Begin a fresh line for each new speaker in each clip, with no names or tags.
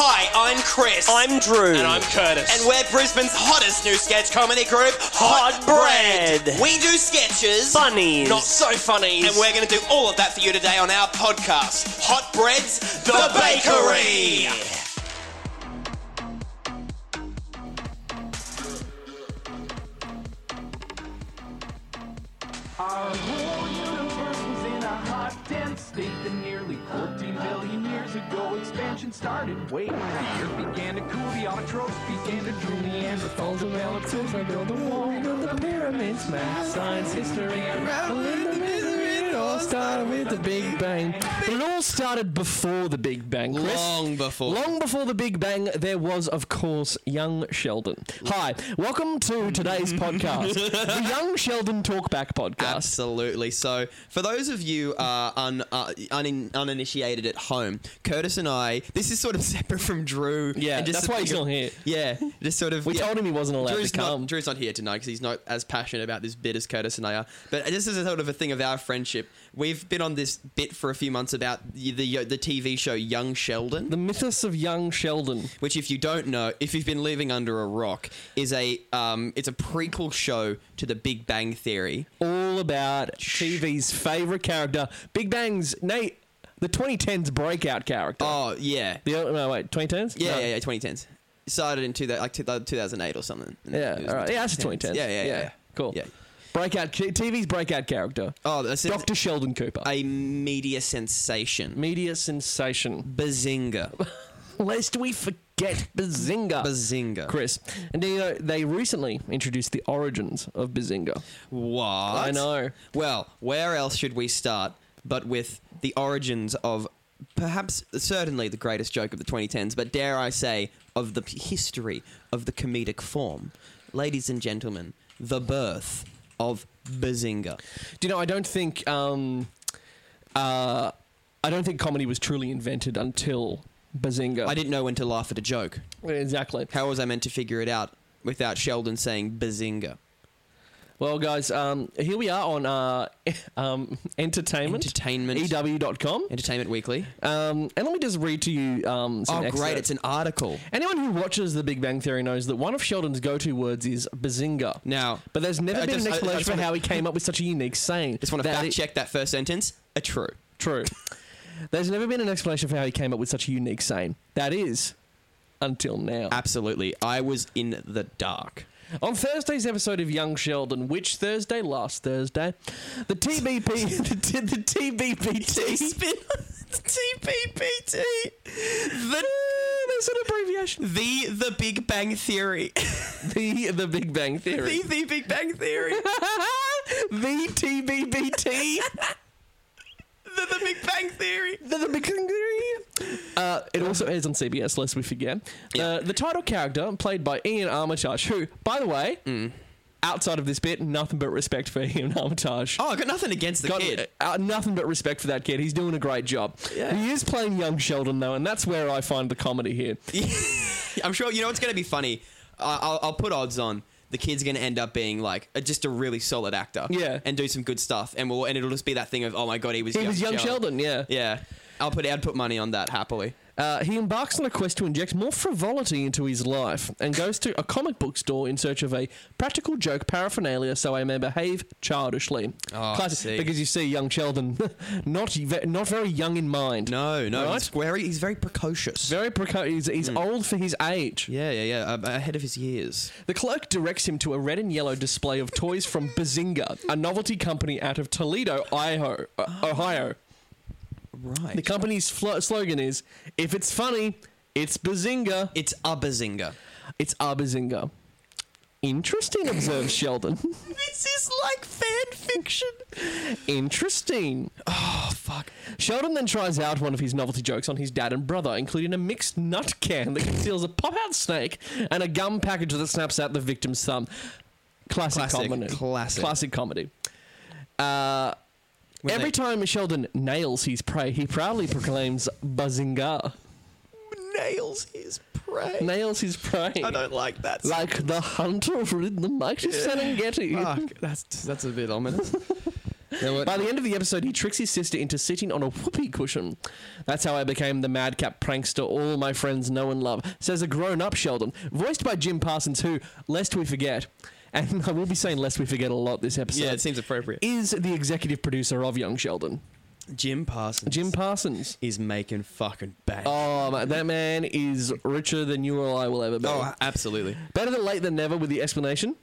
Hi, I'm Chris.
I'm Drew.
And I'm Curtis. And we're Brisbane's hottest new sketch comedy group,
Hot Bread.
We do sketches.
Funnies.
Not so funny. And we're going to do all of that for you today on our podcast, Hot Bread's The, Bakery.
Our whole universe was in a hot, dense state that nearly 14 billion years ago expansion started. Wait, the earth began to cool, the autotrophs began to drool, Neanderthals and relatives I built a wall, we built the pyramids, math, science, history, unraveling the misery. It all started with the Big Bang.
But it all started before the Big Bang, Chris.
Long before.
Long before the Big Bang, there was, of course, young Sheldon. Hi, welcome to today's podcast, the Young Sheldon Talkback Podcast.
Absolutely. So, for those of you uh, un, uh, unin uninitiated at home, Curtis and I, this is sort of separate from Drew.
Yeah,
and just
that's why he's not here.
Yeah, just sort of.
We
yeah.
told him he wasn't allowed
Drew's
to come.
Not, Drew's not here tonight because he's not as passionate about this bit as Curtis and I are. But this is a sort of a thing of our friendship. We've been on this bit for a few months about the the, uh, the TV show Young Sheldon.
the mythos of young Sheldon.
which if you don't know, if you've been living under a rock, is a um, it's a prequel show to The Big Bang Theory.
all about TV's favorite character, Big Bang's Nate, the 2010s breakout character.
Oh yeah,
the old- no wait, 2010s?
Yeah,
No.
yeah, yeah, 2010s. Started in two, thou- like two, thou- 2008 or something. And
yeah,
it was
all right. yeah. That's
2010s.
2010s.
Yeah, yeah, yeah.
Cool.
Yeah.
Breakout TV's breakout character.
Oh, that's it.
Doctor Sheldon Cooper,
a media sensation.
media sensation.
Bazinga.
Lest we forget Bazinga.
Bazinga.
Chris, and you know, they recently introduced the origins of Bazinga.
What?
I know.
Well, where else should we start but with the origins of perhaps certainly the greatest joke of the 2010s, but dare I say, of the p- history of the comedic form. Ladies and gentlemen, the birth of Bazinga.
Do you know? I don't think. Um, uh, I don't think comedy was truly invented until Bazinga.
I didn't know when to laugh at a joke.
exactly.
How was I meant to figure it out without Sheldon saying bazinga?
Well, guys, um, here we are on uh, um, entertainment. E
Entertainment.
EW.com.
Entertainment Weekly.
Um, and let me just read to you um, some
oh, great.
excerpts.
It's an article.
Anyone who watches The Big Bang Theory knows that one of Sheldon's go-to words is bazinga.
Now-
but there's never
I
been
just-
an
I- I
explanation
just
for
wanna-
how he came up with such a unique saying.
Just want to
That
fact
it-
check that first sentence. A true.
True. There's never been an explanation for how he came up with such a unique saying. That is, until now.
Absolutely. I was in the dark.
On Thursday's episode of Young Sheldon, which Thursday? Last Thursday, the TBP, the, the TBPT.
Spin TPPT. The,
That's an abbreviation.
the the Big Bang Theory.
The The Big Bang Theory.
the the Big Bang Theory.
The TBBT.
the, the Big Bang Theory.
The, the Big Bang Theory. Uh, it also airs on CBS, lest we forget. Uh, the title character, played by Ian Armitage, who, by the way,
Mm.
outside of this bit, nothing but respect for Ian Armitage.
Oh, I got nothing against the
Got
kid.
uh, nothing but respect for that kid. He's doing a great job. He is playing young Sheldon though, and that's where I find the comedy here.
I'm sure you know it's going to be funny. I I'll, I'll put odds on the kid's going to end up being like a, just a really solid actor.
Yeah.
and do some good stuff, and we'll and it'll just be that thing of oh my god, he was
He
young
was young Sheldon, yeah.
Yeah, I'll put I'd put money on that happily.
Uh, he embarks on a quest to inject more frivolity into his life and goes to a comic book store in search of a practical joke paraphernalia so I may behave childishly.
Oh, I see.
Because you see, young Sheldon, not ve- not very young in mind.
No, Oh, no,
Right?
he's very he's very precocious.
Very precocious. He's, he's old for his age.
Hmm. yeah, yeah, yeah, uh, ahead of his years.
The clerk directs him to a red and yellow display of toys from Bazinga, a novelty company out of Toledo, Iho, uh,
Oh,
Ohio.
Right,
The company's fl- slogan is If it's funny, it's Bazinga.
it's a bazinga.
It's our Bazinga. Interesting, observes Sheldon. this is like fan fiction. Interesting. Oh, fuck. Sheldon then tries out one of his novelty jokes on his dad and brother, including a mixed nut can that conceals a pop out snake and a gum package that snaps out the victim's thumb. Classic,
Classic,
comedy.
classic.
Classic comedy. Uh,
When
Every
they-
time Sheldon nails his prey, he proudly proclaims Bazinga.
nails his prey.
Nails his prey.
I don't like that.
Like the hunter rid the mighty Serengeti.
Fuck, that's that's a bit ominous. Now what-
By the end of the episode, he tricks his sister into sitting on a whoopee cushion. That's how I became the madcap prankster all my friends know and love, says a grown up Sheldon, voiced by Jim Parsons, who, lest we forget, and I will be saying lest we forget a lot this episode,
yeah, it seems appropriate.
is the executive producer of Young Sheldon,
Jim Parsons
Jim Parsons.
is making fucking bang.
Oh, man, that man is richer than you or I will ever be.
oh absolutely.
Better than late than never with the explanation.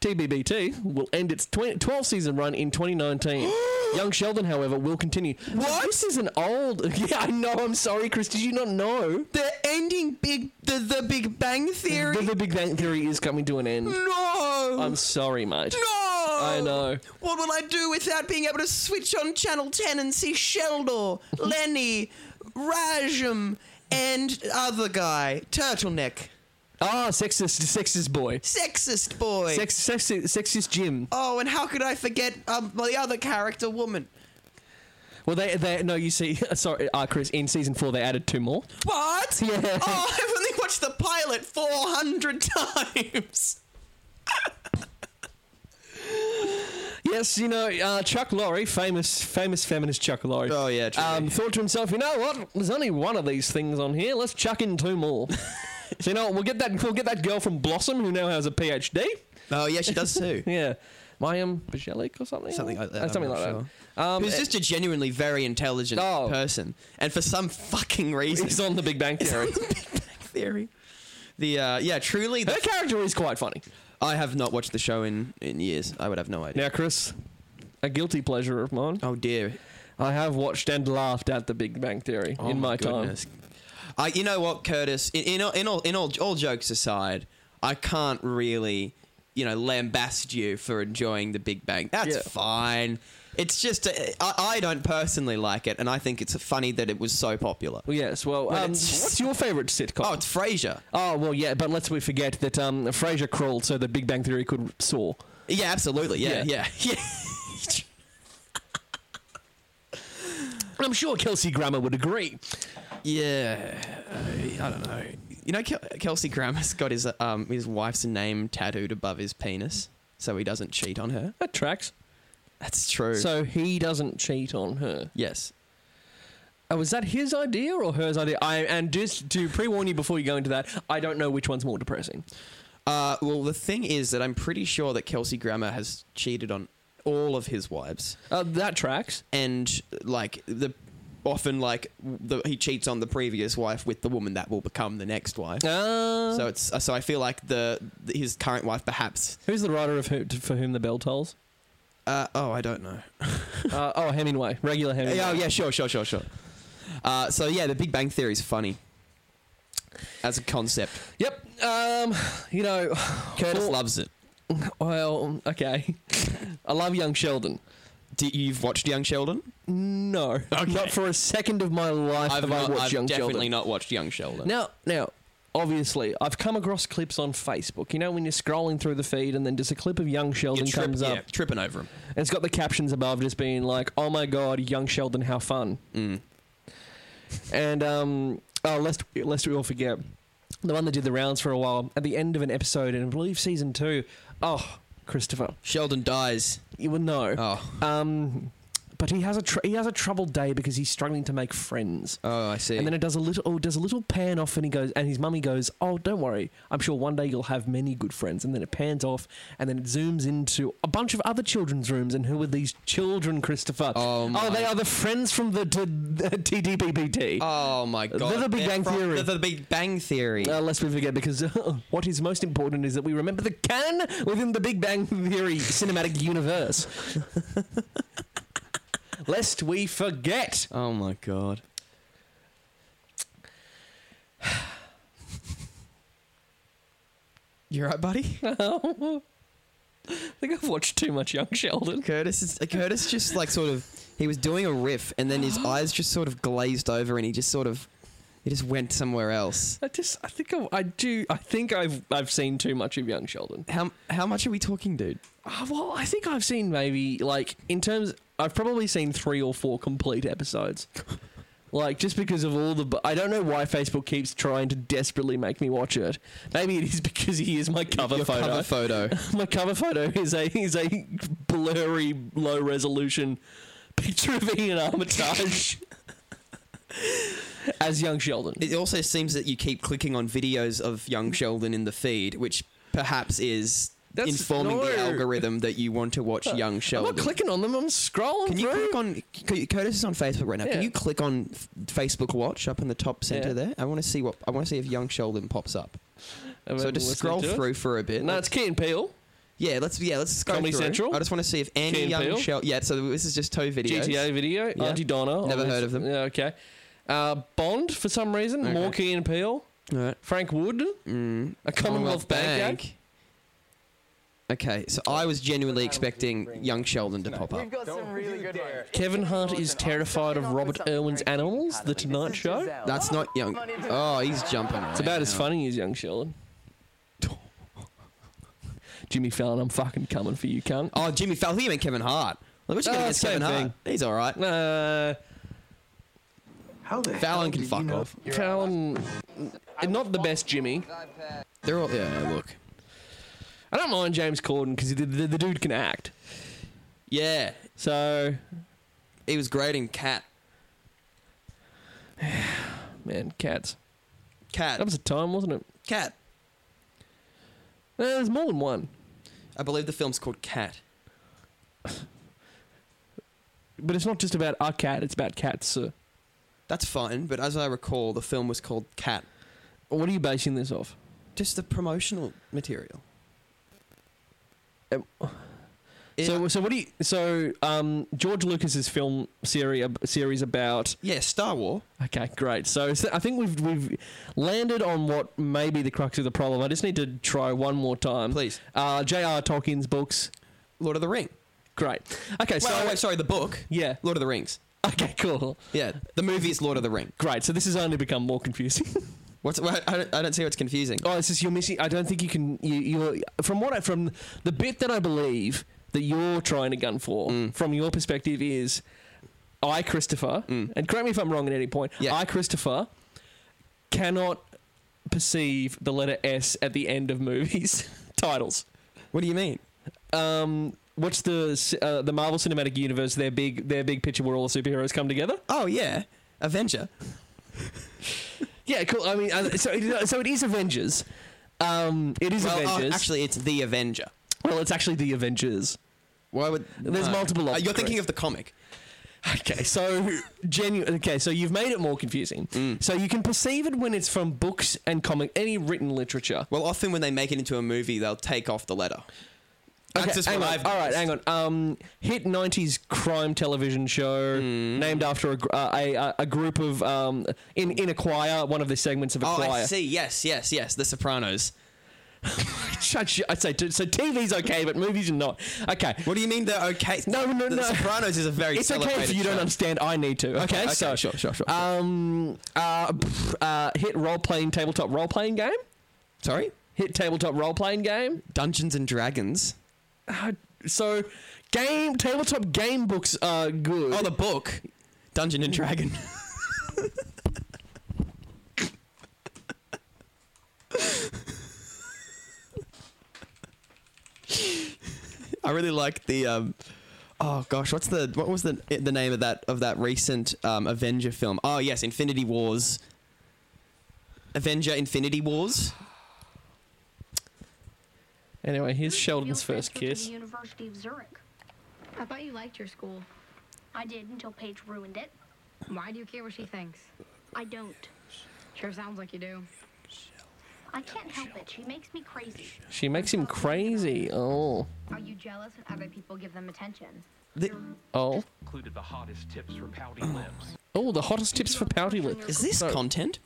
TBBT will end its 20, 12 season run in 2019. Young Sheldon, however, will continue. What? This is an old. Yeah, I know. I'm sorry, Chris. Did you not know?
They're ending big the the Big Bang Theory.
The, the Big Bang Theory is coming to an end.
no,
I'm sorry, mate.
no.
I know.
What will I do without being able to switch on Channel 10 and see Sheldor, Lenny, Rajam, and other guy, Turtleneck,
Ah, sexist, sexist boy.
sexist boy.
Sex, sexist, sexist Jim.
oh, and how could I forget um, the other character, woman?
Well, they, they, no, you see, sorry, ah, Chris, in season four, they added two more.
What?
Yeah.
Oh, I've only watched the pilot 400 times.
Yes, you know, uh, Chuck Lorre, famous famous feminist Chuck Lorre.
Oh, yeah, truly.
Um, thought to himself, you know what? There's only one of these things on here. Let's chuck in two more. so you know, what? we'll get that we'll get that girl from Blossom who now has a PhD.
Oh, yeah, she does too.
Yeah, Mayim Bajelic or something.
Something like that,
Uh,
I'm
something
not
like
sure.
that. Um,
Who's
it-
just a genuinely very intelligent
Oh.
person. And for some fucking reason,
it's on the Big Bang Theory.
theory. The uh, yeah, truly, the
Her character is quite funny.
I have not watched the show in, in years. I would have no idea.
Now, Chris, a guilty pleasure of mine.
oh dear.
I have watched and laughed at the Big Bang Theory
Oh,
in my
goodness. I, you know what, Curtis? In, in, all- in all in all all jokes aside, I can't really you know lambast you for enjoying the Big Bang. That's
Yeah.
fine. It's just uh, I, I don't personally like it, and I think it's funny that it was so popular.
time. Yes. Well, um,
it's just-
what's your favourite sitcom?
Oh, it's Frasier.
Oh well, yeah, but let's we forget that um, Frasier crawled so the Big Bang Theory could soar.
Yeah, absolutely. Yeah,
Yeah.
yeah, yeah.
I'm sure Kelsey Grammer would agree.
Yeah, I I don't know. You know, Kel- Kelsey Grammer's got his um his wife's name tattooed above his penis, so he doesn't cheat on her.
That tracks.
That's true.
So he doesn't cheat on her.
yes,
Oh, was that his idea or hers idea? I and just to pre-warn you before you go into that, I don't know which one's more depressing.
uh, well, the thing is that I'm pretty sure that Kelsey Grammer has cheated on all of his wives,
Uh, that tracks.
and like the often like the, he cheats on the previous wife with the woman that will become the next wife.
Uh,
So it's so I feel like the his current wife perhaps.
who's the writer of who, for whom the bell tolls?
Uh, oh, I don't know.
uh, oh, Hemingway, regular Hemingway.
Yeah, oh yeah, sure, sure, sure, sure. Uh, so yeah, the Big Bang Theory is funny as a concept.
Yep. Um, you know,
Curtis
well,
loves it.
well, okay. I love young Sheldon.
Do, you've watched Young Sheldon?
No, not for a second of my life have I
not-
watched
I've
Young
definitely
Sheldon.
not watched Young Sheldon.
Now, now, obviously, I've come across clips on Facebook. You know, when you're scrolling through the feed and then just a clip of young Sheldon
You're trip-
comes
yeah,
up,
tripping over him.
and it's got the captions above just being like, "Oh my God, young Sheldon, how fun!"
Mm.
And um, oh, lest lest we all forget, the one that did the rounds for a while at the end of an episode in I believe season two. Oh, Christopher,
Sheldon dies.
you would know.
Oh,
Um, but he has a tr- he has a troubled day because he's struggling to make friends.
oh, I see.
And then it does a little oh, does a little pan off, and he goes, and his mummy goes, "Oh, don't worry, I'm sure one day you'll have many good friends." And then it pans off, and then it zooms into a bunch of other children's rooms, and who are these children, Christopher?
Oh, my-
they are the friends from the t- TDBBT.
oh my God!
The Big
They're
Bang
from-
Theory.
The, the Big Bang Theory.
Uh, lest we forget, because uh, what is most important is that we remember the canon within the Big Bang Theory cinematic universe. lest we forget.
oh my God! You right, buddy?
I think I've watched too much Young Sheldon.
Curtis is uh, Curtis just like sort of he was doing a riff and then his eyes just sort of glazed over and he just sort of he just went somewhere else.
I just, I think I, I do, I think I've, I've seen too much of Young Sheldon.
How how much are we talking, dude?
Uh, well, I think I've seen maybe like in terms. I've probably seen three or four complete episodes. Like just because of all the, bu- I don't know why Facebook keeps trying to desperately make me watch it. Maybe it is because he is my cover
Your
photo.
cover photo.
my cover photo is a is a blurry, low resolution picture of Ian Armitage as young Sheldon.
It also seems that you keep clicking on videos of young Sheldon in the feed, which perhaps is
That's-
informing
no.
the algorithm that you want to watch young
I'm
Sheldon.
not clicking on them. I'm scrolling
Can you
through.
click on C- Curtis is on Facebook right now?
Yeah.
Can you click on F- Facebook Watch up in the top center
Yeah.
there? I want to see what I want to see if Young Sheldon pops up.
Have I
so
been
just
listening
scroll
to it?
through for a bit.
No, it's Key and Peele.
yeah, let's yeah let's go
Comedy
through.
Central?
I just want to see if any
Key and
Young
Peele?
Sheldon. Yeah, so this is just toe videos.
GTA video. Auntie Donna.
Never heard of them.
Yeah, okay. Uh, Bond for some reason. More Key and Peele.
All right.
Frank Wood.
Mm.
A Commonwealth, Bank. ad.
Okay, so I was genuinely expecting Young Sheldon to pop up.
We've got some really good ones.
Kevin Hart is terrified of Robert Irwin's animals. The Tonight Show.
That's not Young. Oh, he's jumping.
It's about as funny as Young Sheldon. Jimmy Fallon, I'm fucking coming for you, cunt.
Oh, Jimmy Fallon. I think you meant Kevin Hart. Like, what you got
Oh,
against
same
Kevin Hart?
thing.
He's all right.
Uh,
How the
Fallon can fuck off.
Fallon, not the best Jimmy.
They're all yeah. Look,
I don't mind James Corden because the, the, the dude can act.
yeah.
So,
He was great in Cat.
man, cats.
Cat.
That was a time, wasn't it?
Cat.
Uh, there's more than one,
I believe the film's called Cat.
but it's not just about a cat. It's about cats. Sir.
That's fine, but as I recall, the film was called Cat.
What are you basing this off?
Just the promotional material.
Um,
It-
So, so what do you? So, um, George Lucas's film series series about
yeah, Star War.
Okay, great. So, so I think we've we've landed on what may be the crux of the problem. I just need to try one more time,
Please.
Uh, J.R. Tolkien's books,
Lord of the Ring.
great. Okay, so
Well, wait, sorry, the book.
yeah.
Lord of the Rings.
Okay, cool.
Yeah, the movie is Lord of the Ring.
Great. So this has only become more confusing.
What's what, I, don't, I don't see what's confusing.
oh, it's just you're missing. I don't think you can. You, you're from what I from the bit that I believe that you're trying to gun for from your perspective is I Christopher, and correct me if I'm wrong at any point.
Yeah.
I Christopher cannot perceive the letter S at the end of movies titles.
What do you mean?
um, what's the uh, the Marvel Cinematic Universe? Their big their big picture where all the superheroes come together.
Oh yeah, Avenger.
Yeah, cool. I mean, uh, so it, so it is Avengers. Um, it is
Well, oh,
Avengers.
actually, it's the Avenger.
well, it's actually the Avengers.
Why would
There's multiple
Uh, you're
options.
thinking of the comic.
Okay, so genuine. Okay, so you've made it more confusing.
Mm.
So you can perceive it when it's from books and comic, any written literature.
Well, often when they make it into a movie, they'll take off the letter. That's
Okay,
just
hang
what
on.
I've
All right,
noticed.
hang on. Um, hit '90s crime television show
Mm.
named after a, gr- uh, a a- a group of um in in a choir, one of the segments of a
Oh,
choir.
I see. Yes, yes, yes. The Sopranos.
Shut you. I say t- so. TV's okay, but movies are not. Okay.
What do you mean they're okay?
No, no,
the
no.
Sopranos is a very.
It's okay if
celebrated
you don't
show.
understand. I need to. Okay.
okay,
so
sure, sure, sure, sure.
Um. Uh. pff, uh hit role playing tabletop role playing game.
Sorry.
Hit tabletop role playing game.
Dungeons and Dragons.
Uh, so, game tabletop game books are good.
Oh, the book. Dungeon and Dragon. I really like the. Um, oh gosh, what's the what was the the name of that of that recent um, Avenger film? Oh yes, Infinity Wars. Avenger Infinity Wars.
anyway, here's Sheldon's
Field
first
transfer to the
kiss.
University of Zurich. I thought you liked your school.
I did until Paige ruined it.
Why do you care what she thinks?
I don't.
Sure sounds like you do.
I can't help it. She makes me crazy.
She makes him crazy. Oh.
Are you jealous when other people give them attention?
The-
Oh.
Included the hottest tips for pouty lips.
Oh, the hottest tips for pouty lips.
is this content?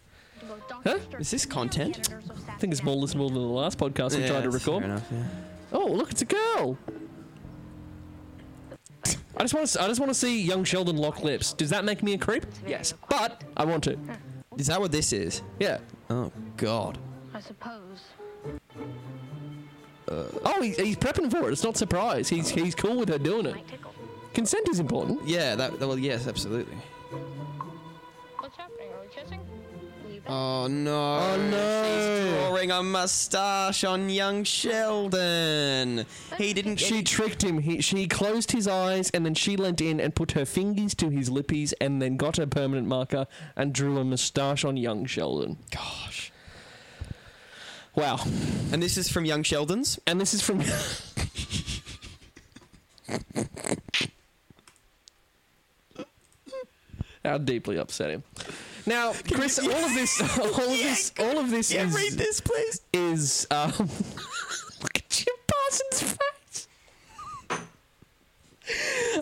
Huh?
Is this content?
I think it's more listenable than the last podcast we
Yeah,
tried to
that's fair
record.
enough, yeah.
Oh, look, it's a girl. I just want to. I just want to see young Sheldon lock lips. Does that make me a creep? Yes, but I want to.
Is that what this is?
Yeah.
Oh God.
I suppose.
Oh, he's, he's prepping for it. It's not surprise. He's he's cool with her doing it. Consent is important.
Yeah. That. that- Well, yes, absolutely.
What's happening? Are we kissing?
Uh,
Oh no. Oh no. She's drawing a mustache on young Sheldon. He didn't.
She tricked him. He, she closed his eyes and then she leant in and put her fingers to his lippies and then got her permanent marker and drew a moustache on young Sheldon. Gosh. Wow.
And this is from young Sheldon's?
And this is from. How deeply upset him. Now, Chris, all of this, all of this, all of this
Yeah,
is.
read this, please.
Is um, look at Jim Parsons' face.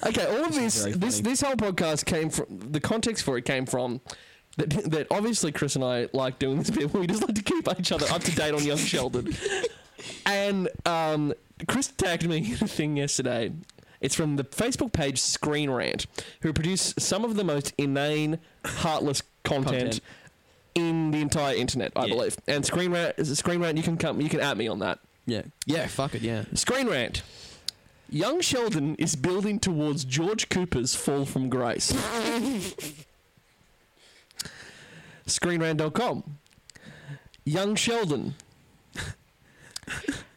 Okay, all of this, this, this whole podcast came from the context for it came from that, that obviously Chris and I like doing this bit. where We just like to keep each other up to date on young Sheldon. And um, Chris tagged me in a thing yesterday. It's from the Facebook page Screen Rant, who produce some of the most inane, heartless content,
Content.
in the entire internet, I
Yeah.
believe. And Screen Rant, is it Screen Rant, you can come, you can at me on that.
Yeah. Yeah. Fuck it. Yeah.
Screen Rant. Young Sheldon is building towards George Cooper's fall from grace. Screenrant.com. Young Sheldon.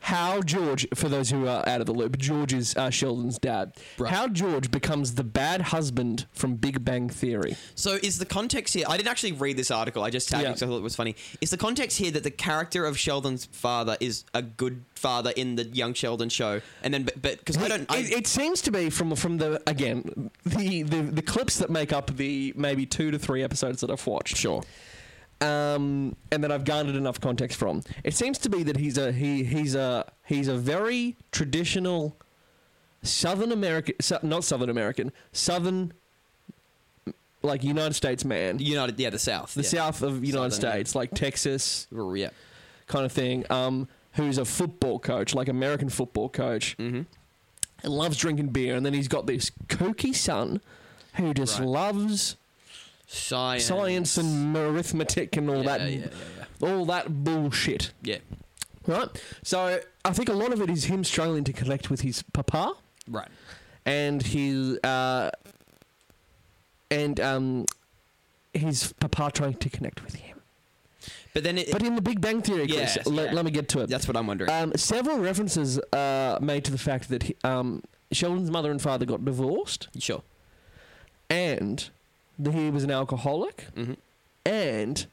How George, for those who are out of the loop, George is uh, Sheldon's dad. How George becomes the bad husband from Big Bang Theory.
So is the context here? I didn't actually read this article. I just tagged
Yeah.
it because I thought it was funny. Is the context here that the character of Sheldon's father is a good father in the young Sheldon show, and then but because I don't. I,
it, it seems to be from from the again the, the the clips that make up the maybe two to three episodes that I've watched. Sure. Um, and that I've garnered enough context from. It seems to be that he's a he he's a he's a very traditional Southern American, so, not Southern American, Southern like United States man.
United, yeah, the South,
The
yeah.
South of United
Southern, yeah.
States, like Texas,
yeah,
kind of thing. Um, who's a football coach, like American football coach, mm-hmm. and loves drinking beer, and then he's got this kooky son who just
Right.
loves
Science,
science and arithmetic and all
Yeah,
that,
yeah, yeah,
all that bullshit.
yeah,
Right. So I think a lot of it is him struggling to connect with his papa
right.
and his uh, and um, his papa trying to connect with him.
But then, it,
But in the Big Bang Theory, Chris,
Yes,
let,
yeah.
let me get to it.
that's what I'm wondering.
Um, several references uh, made to the fact that he, um, Sheldon's mother and father got divorced,
sure.
and that he was an alcoholic,
Mhm.
and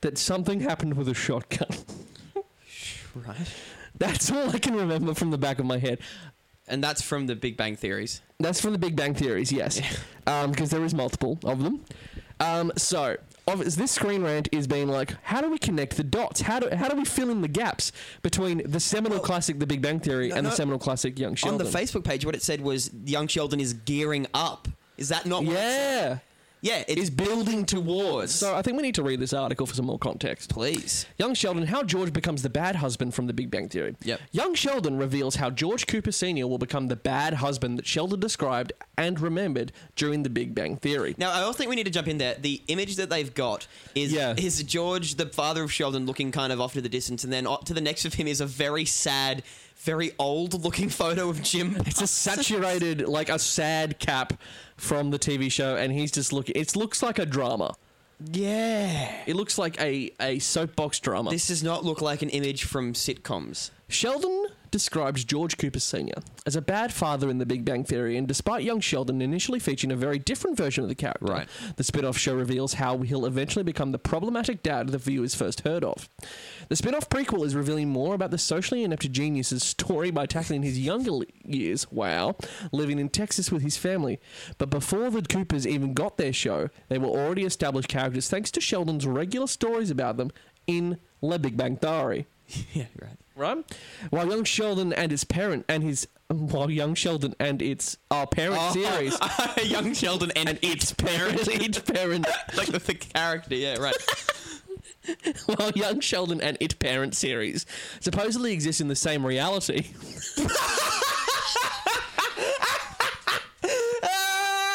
that something happened with a shotgun.
Right.
That's all I can remember from the back of my head.
And that's from the Big Bang Theories.
That's from the Big Bang Theories, yes, because there is multiple of them. Um, so, obvi- this screen rant is being like, how do we connect the dots? How do how do we fill in the gaps between the seminal classic, The Big Bang Theory,
no,
and the
no.
seminal classic, Young Sheldon?
On the Facebook page, what it said was young Sheldon is gearing up. Is that not? What it said?
Yeah.
yeah. It's
Is
building towards.
So I think we need to read this article for some more context.
Please.
Young Sheldon, how George becomes the bad husband from the Big Bang Theory.
Yep.
Young Sheldon reveals how George Cooper Sr. will become the bad husband that Sheldon described and remembered during the Big Bang Theory.
Now, I also think we need to jump in there. The image that they've got is
Yeah.
is George, the father of Sheldon, looking kind of off to the distance, and then up to the next of him is a very sad, very old-looking photo of Jim.
it's a saturated, like a sad cap from the TV show, and he's just looking. It looks like a drama.
yeah.
It looks like a, a soapbox drama.
This does not look like an image from sitcoms.
Sheldon describes George Cooper Sr. as a bad father in The Big Bang Theory, and despite young Sheldon initially featuring a very different version of the character,
Right.
the spin off show reveals how he'll eventually become the problematic dad the viewers first heard of. The spin off prequel is revealing more about the socially inept genius's story by tackling his younger l- years, wow, living in Texas with his family. But before the Coopers even got their show, they were already established characters thanks to Sheldon's regular stories about them in Le Big Bang Theory
Yeah, right.
right? While young Sheldon and his parent and his Well, Young Sheldon and its our parent
Oh,
series.
Young Sheldon and, its parent.
Each parent.
like the, the character, yeah, right.
Well, Young Sheldon and its parent series supposedly exist in the same reality.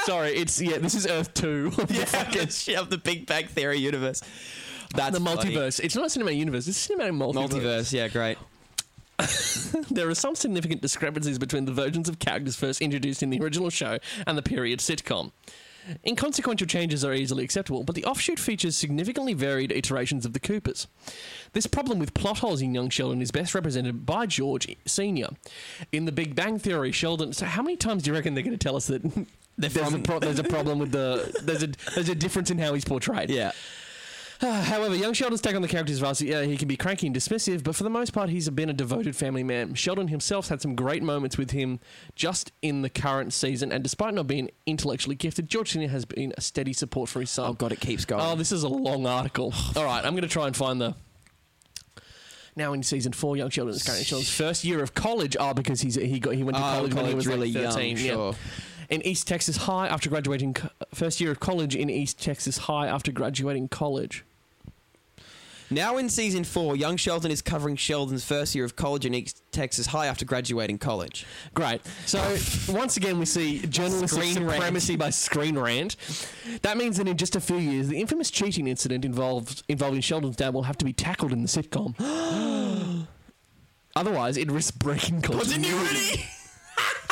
Sorry, it's yeah. This is Earth Two.
yeah, the, shit of the Big Bang Theory universe. That's
the
funny.
multiverse. It's not a cinematic universe. It's a cinematic multiverse.
Multiverse, yeah, great.
There are some significant discrepancies between the versions of characters first introduced in the original show and the period sitcom. Inconsequential changes are easily acceptable, but the offshoot features significantly varied iterations of the Coopers. This problem with plot holes in Young Sheldon is best represented by George Sr. In The Big Bang Theory, Sheldon. So, how many times do you reckon they're going to tell us that there's, a
from-
pro- there's a problem with the. There's a, there's a difference in how he's portrayed?
Yeah.
Uh, However, young Sheldon's take on the character is vastly. Uh, he can be cranky and dismissive, but for the most part, he's been a devoted family man. Sheldon himself had some great moments with him just in the current season, and despite not being intellectually gifted, George Sr. has been a steady support for his son.
Oh, God, it keeps going.
Oh, this is a long article. All right, I'm going to try and find the. Now in season four, young Sheldon is currently Sheldon's first year of college. Oh, because he's he got he went to
Oh,
college, when he
college
was
really
like
young,
13. yeah.
sure.
In East Texas High, after graduating co- first year of college in East Texas High, after graduating college.
Now in season four, young Sheldon is covering Sheldon's first year of college in East Texas High after graduating college.
Great. So once again, we see journalistic
Screen rant.
supremacy by Screen Rant. That means that in just a few years, the infamous cheating incident involved involving Sheldon's dad will have to be tackled in the sitcom. Otherwise, it risks breaking continuity,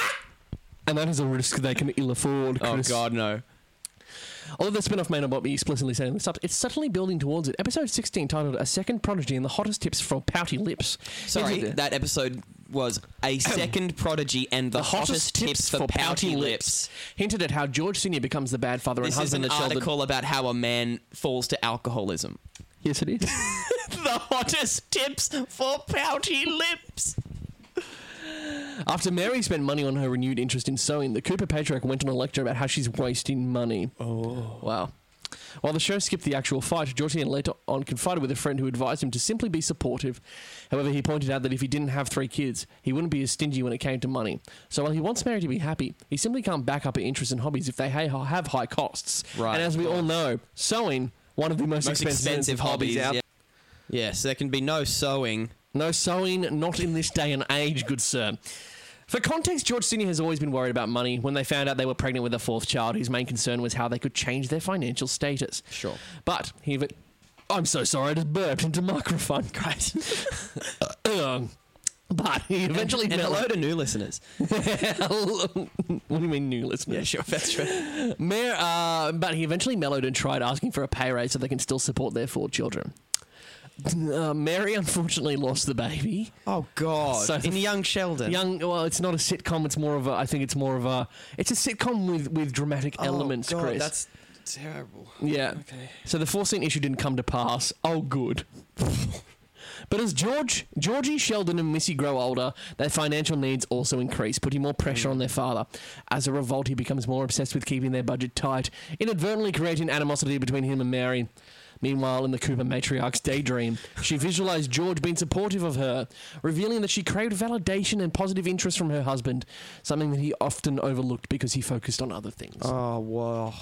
and that is a risk they can ill afford.
Oh
Chris.
God, no.
Although the spin-off may not be explicitly setting this up, it's subtly building towards it. Episode 16, titled "A Second Prodigy and the Hottest Tips from Pouty Lips."
Sorry,
Is it-
that episode was a second prodigy and the,
the hottest, tips, for pouty lips. hinted at how George Senior becomes the bad father and
This is
husband
an
that Sheldon.
article about how a man falls to alcoholism.
Yes, it is.
the hottest tips for pouty lips.
After Mary spent money on her renewed interest in sewing, the Cooper patriarch went on a lecture about how she's wasting money. Oh. Wow. While the show skipped the actual fight, Georgina later on confided with a friend who advised him to simply be supportive. However, he pointed out that if he didn't have three kids, he wouldn't be as stingy when it came to money. So while he wants Mary to be happy, he simply can't back up her interests and hobbies if they ha- have high costs.
Right,
And as we all know, sewing, one of the most,
Most expensive, hobbies.
out
yeah. Yes, there can be no sewing.
no sewing, not in this day and age, good sir. For context, George Senior has always been worried about money. When they found out they were pregnant with a fourth child, his main concern was how they could change their financial status.
Sure.
But he. ev- I'm so sorry, I just burped into microphone. Great. Um, but he eventually.
and
met-
hello to new listeners.
what do you mean, new listeners?
that's true.
Mayor, uh, but he eventually mellowed and tried asking for a pay raise so they can still support their four children. Uh, Mary unfortunately lost the baby.
Oh God!
So-
in young Sheldon,
Young, well, it's not a sitcom. It's more of a. I think it's more of a. It's a sitcom with with dramatic
Oh,
elements,
God,
Chris.
That's terrible.
yeah.
okay.
So the foreseen issue didn't come to pass. Oh, good. But as George, Georgie, Sheldon, and Missy grow older, their financial needs also increase, putting more
Mm.
pressure on their father. As a revolt, he becomes more obsessed with keeping their budget tight, inadvertently creating animosity between him and Mary. Meanwhile, in the Cooper matriarch's daydream, she visualized George being supportive of her, revealing that she craved validation and positive interest from her husband, something that he often overlooked because he focused on other things.
Oh wow!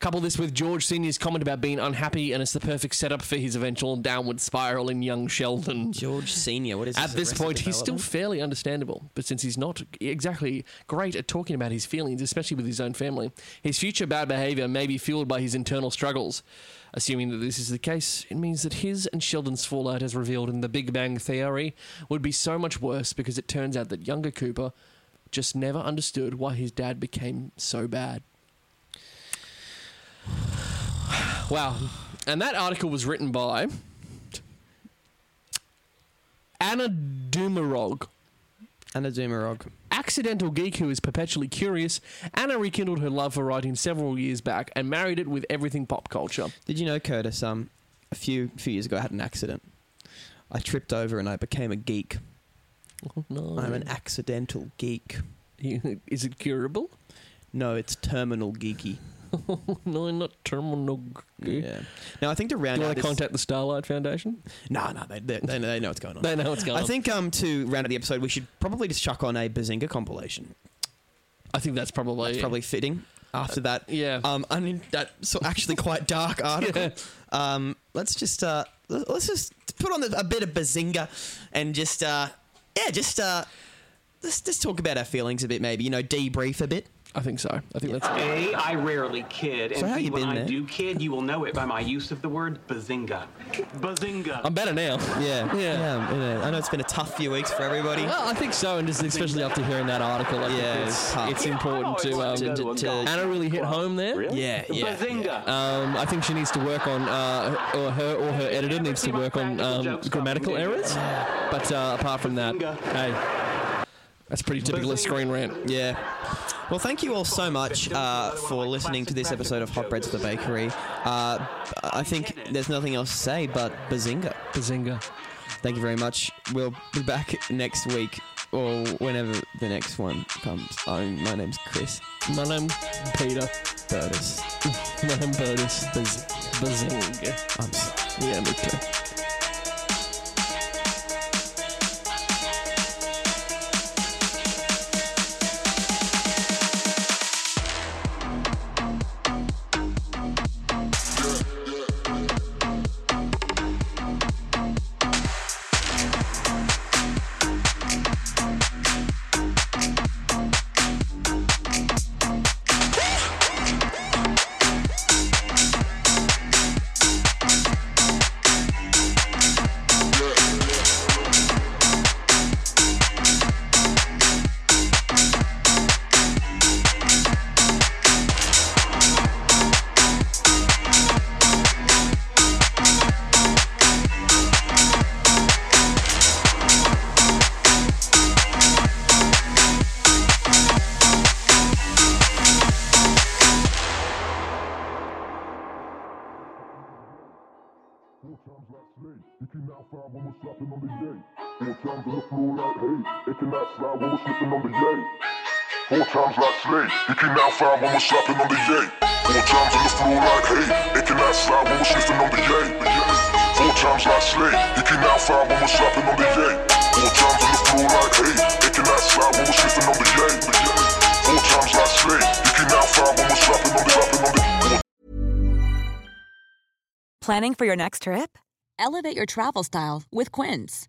Couple this with George Sr.'s comment about being unhappy, and it's the perfect setup for his eventual downward spiral in young Sheldon.
George Senior, what is
At this
Arrested
point, he's still
Development?
fairly understandable, but since he's not exactly great at talking about his feelings, especially with his own family, his future bad behavior may be fueled by his internal struggles. Assuming that this is the case, it means that his and Sheldon's fallout, as revealed in The Big Bang Theory, would be so much worse because it turns out that younger Cooper just never understood why his dad became so bad. Wow. And that article was written by Anna Dumarog.
Anna Dumarog.
Accidental geek who is perpetually curious, Anna rekindled her love for writing several years back and married it with everything pop culture.
Did you know Curtis? Um, a few few years ago, I had an accident. I tripped over and I became a geek.
Oh, no.
I'm an accidental geek.
is it curable?
No, it's terminal geeky.
no, not terminal.
Yeah. Now I think to round
Do
out
I
this-
contact the Starlight Foundation?
No, no, they, they, they, they know what's going on.
They know what's going
I
on.
think um, to round out the episode, we should probably just chuck on a Bazinga compilation.
I think that's probably Uh,
That's probably fitting. After that,
yeah.
um, I mean, that so actually quite dark article. Um, let's just uh, l- let's just put on a bit of Bazinga, and just uh, yeah, just uh, let's just talk about our feelings a bit, maybe you know, debrief a bit.
I think so. I think that's
A, I rarely kid, and
So how
B,
you
when
been,
I
man?
do kid, you will know it by my use of the word bazinga. Bazinga.
I'm better now.
Yeah,
Yeah.
yeah, yeah. I know it's been a tough few weeks for everybody.
Well, I think so, and just especially after hearing that article, I
Yeah,
think
it's
it's,
tough.
it's
Oh,
important to, um,
To- to- to-
Anna really hit home there.
Yeah, yeah.
Bazinga.
Um, I think she needs to work on, uh, her- or her or her editor needs to work on um, grammatical errors. But uh, apart from that, hey, that's pretty typical of screen rant.
Yeah. Well, thank you all so much uh, for listening to this episode of Hot Breads at the Bakery. Uh, I think there's nothing else to say but bazinga.
Bazinga.
Thank you very much. We'll be back next week or whenever the next one comes. i my name's Chris.
My name's Peter.
Burtis.
My name's Burtis. Bazinga.
I'm sorry.
Yeah, me too.
More times I slay, you cannot find when we're slapping on the yay. More times on the floor like hay, it cannot slide when we're slipping on the yay. Four times like slay, you cannot find when we're slapping on the yay. Four times on the floor like hay, it cannot slide when we're slipping on the yay. Four times like slay, you cannot find when we're slapping on the yay. Four times on the floor like hay, it cannot slide when we're slipping on the yay. Four times like slay, you cannot find when we're slapping on the slapping on the
Planning for your next trip? Elevate your travel style with Quince.